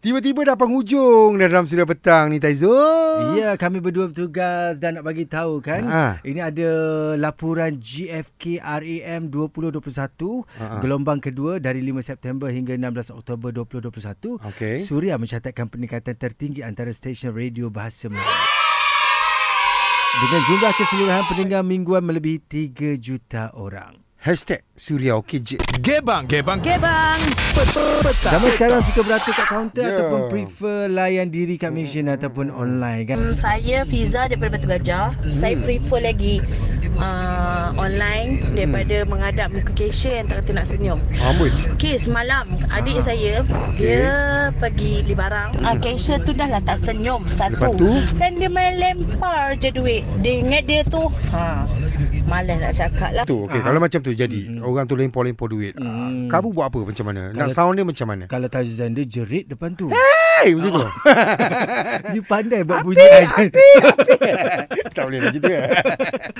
Tiba-tiba dah penghujung dah dalam sudah petang ni Taizul. Ya, kami berdua bertugas dan nak bagi tahu kan. Ha. Ini ada laporan GFK REM 2021 Ha. gelombang kedua dari 5 September hingga 16 Oktober 2021. Okey. Suria mencatatkan peningkatan tertinggi antara stesen radio bahasa Melayu. Dengan jumlah keseluruhan pendengar mingguan melebihi 3 juta orang. Hashtag Suria OKJ. Gebang, gebang, gebang. Zaman sekarang suka beratur kat kaunter Ya. yeah. ataupun prefer layan diri kat mesin ataupun online kan. Hmm, Saya Fiza daripada Batu Gajah. Hmm. Saya prefer lagi uh, online Hmm. daripada menghadap muka Kesha yang tak kata nak senyum. Amboi. Okey, semalam Ah. adik saya dia pergi beli barang. Ah, Kesha tu dah lah tak senyum satu. Hmm. Lepas tu? Dan dia main lempar je duit. Dia ingat dia tu. Ha. Malas nak cakap lah. Tu Ah. okey kalau macam tu jadi mm-hmm. orang tu lempar-lempar duit. Mm. Kamu buat apa macam mana? Nak Kalau- sound dia macam mana? Ah. Kalau Tarzan dia jerit depan tu. Hey macam tu. Dia pandai buat bunyi api, tak boleh lah kita.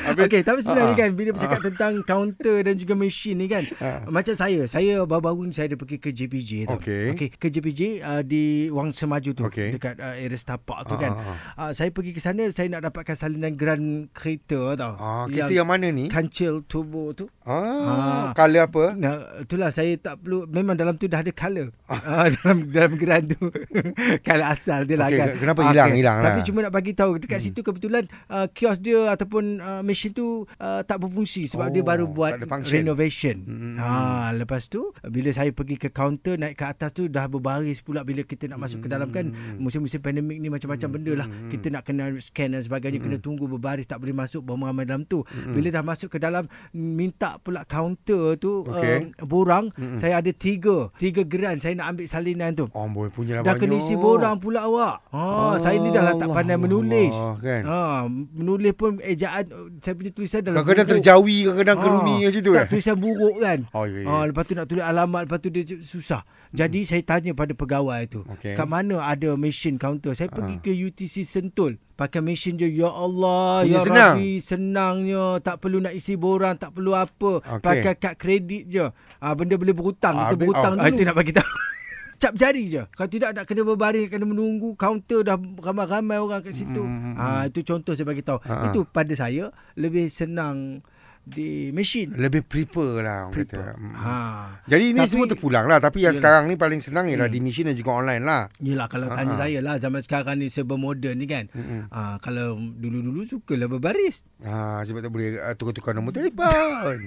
Habis- Okey, tapi sebenarnya Ah. kan bila bercakap tentang kaunter dan juga mesin ni kan, macam saya, saya baru-baru ni saya ada pergi ke JPJ tu. Okey. Okey, ke JPJ uh, di Wang Semaju tu Okey. dekat uh, area Setapak tu Ah, kan. ah, Uh, saya pergi ke sana saya nak dapatkan salinan grant kereta tau. Ah, kereta yang mana ni? Kancil turbo tu. Ah, Ah. color apa? Nah, itulah saya tak perlu memang dalam tu dah ada color. Ah dalam dalam geran tu. color asal dia lah Okey, kan. kenapa Ah, hilang, okey. hilang Tapi lah. cuma nak bagi tahu dekat hmm. situ kebetulan uh, kios dia ataupun uh, mesin tu uh, tak berfungsi sebab Oh, oh, dia baru tak buat ada function. renovation. Hmm. Ha lepas tu bila saya pergi ke kaunter naik ke atas tu dah berbaris pula bila kita nak masuk ke dalam kan Mm. musim-musim pandemik ni macam-macam benda lah. Kita nak kena scan dan sebagainya Mm. kena tunggu berbaris tak boleh masuk beramai dalam tu. Bila dah masuk ke dalam minta pula kaunter tu Okey. okay. um, borang saya ada tiga tiga geran saya nak ambil salinan tu. Oh, boy punya lah Dah banyak. kena isi borang pula awak. Ha, oh, saya ni dah lah tak Allah, pandai menulis. Allah, kan? Ha, menulis pun ejaan eh, saya punya tulisan dalam Kadang-kadang buruk. terjawi, kadang-kadang Ah, kerumi macam tu. Tak eh? tulisan buruk kan. Oh, ya, ya. Ah, lepas tu nak tulis alamat, lepas tu dia c- susah. Jadi saya tanya pada pegawai tu, Hmm. Okey. Ah. kat mana ada mesin kaunter? Saya pergi ke UTC Sentul. Pakai mesin je, ya Allah, Punya ya senang. Rabbi, senangnya. Tak perlu nak isi borang, tak perlu apa. Okey. Pakai kad kredit je. Ah, benda boleh berhutang, kita Habis- berhutang oh, dulu. Itu nak bagi tahu. Cap jari je. Kalau tidak nak kena berbaring, kena menunggu kaunter dah ramai-ramai orang kat situ. Hmm, hmm, Ah, itu contoh saya bagi tahu. Ah, ah. Itu pada saya lebih senang di mesin. Lebih prefer lah orang Prefer. kata. Mm. Ha. Jadi ini Tapi- semua terpulang lah Tapi yang Yelah. Hmm. sekarang ni paling senang ialah di mesin dan juga online lah Yelah kalau tanya Ha-ha. saya lah zaman sekarang ni serba moden ni kan. Mm-mm. Ha, kalau dulu-dulu sukalah berbaris. ha, Sebab tak boleh uh, tukar-tukar nombor telefon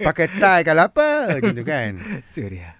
Pakai tie kalau apa Macam tu kan Suria.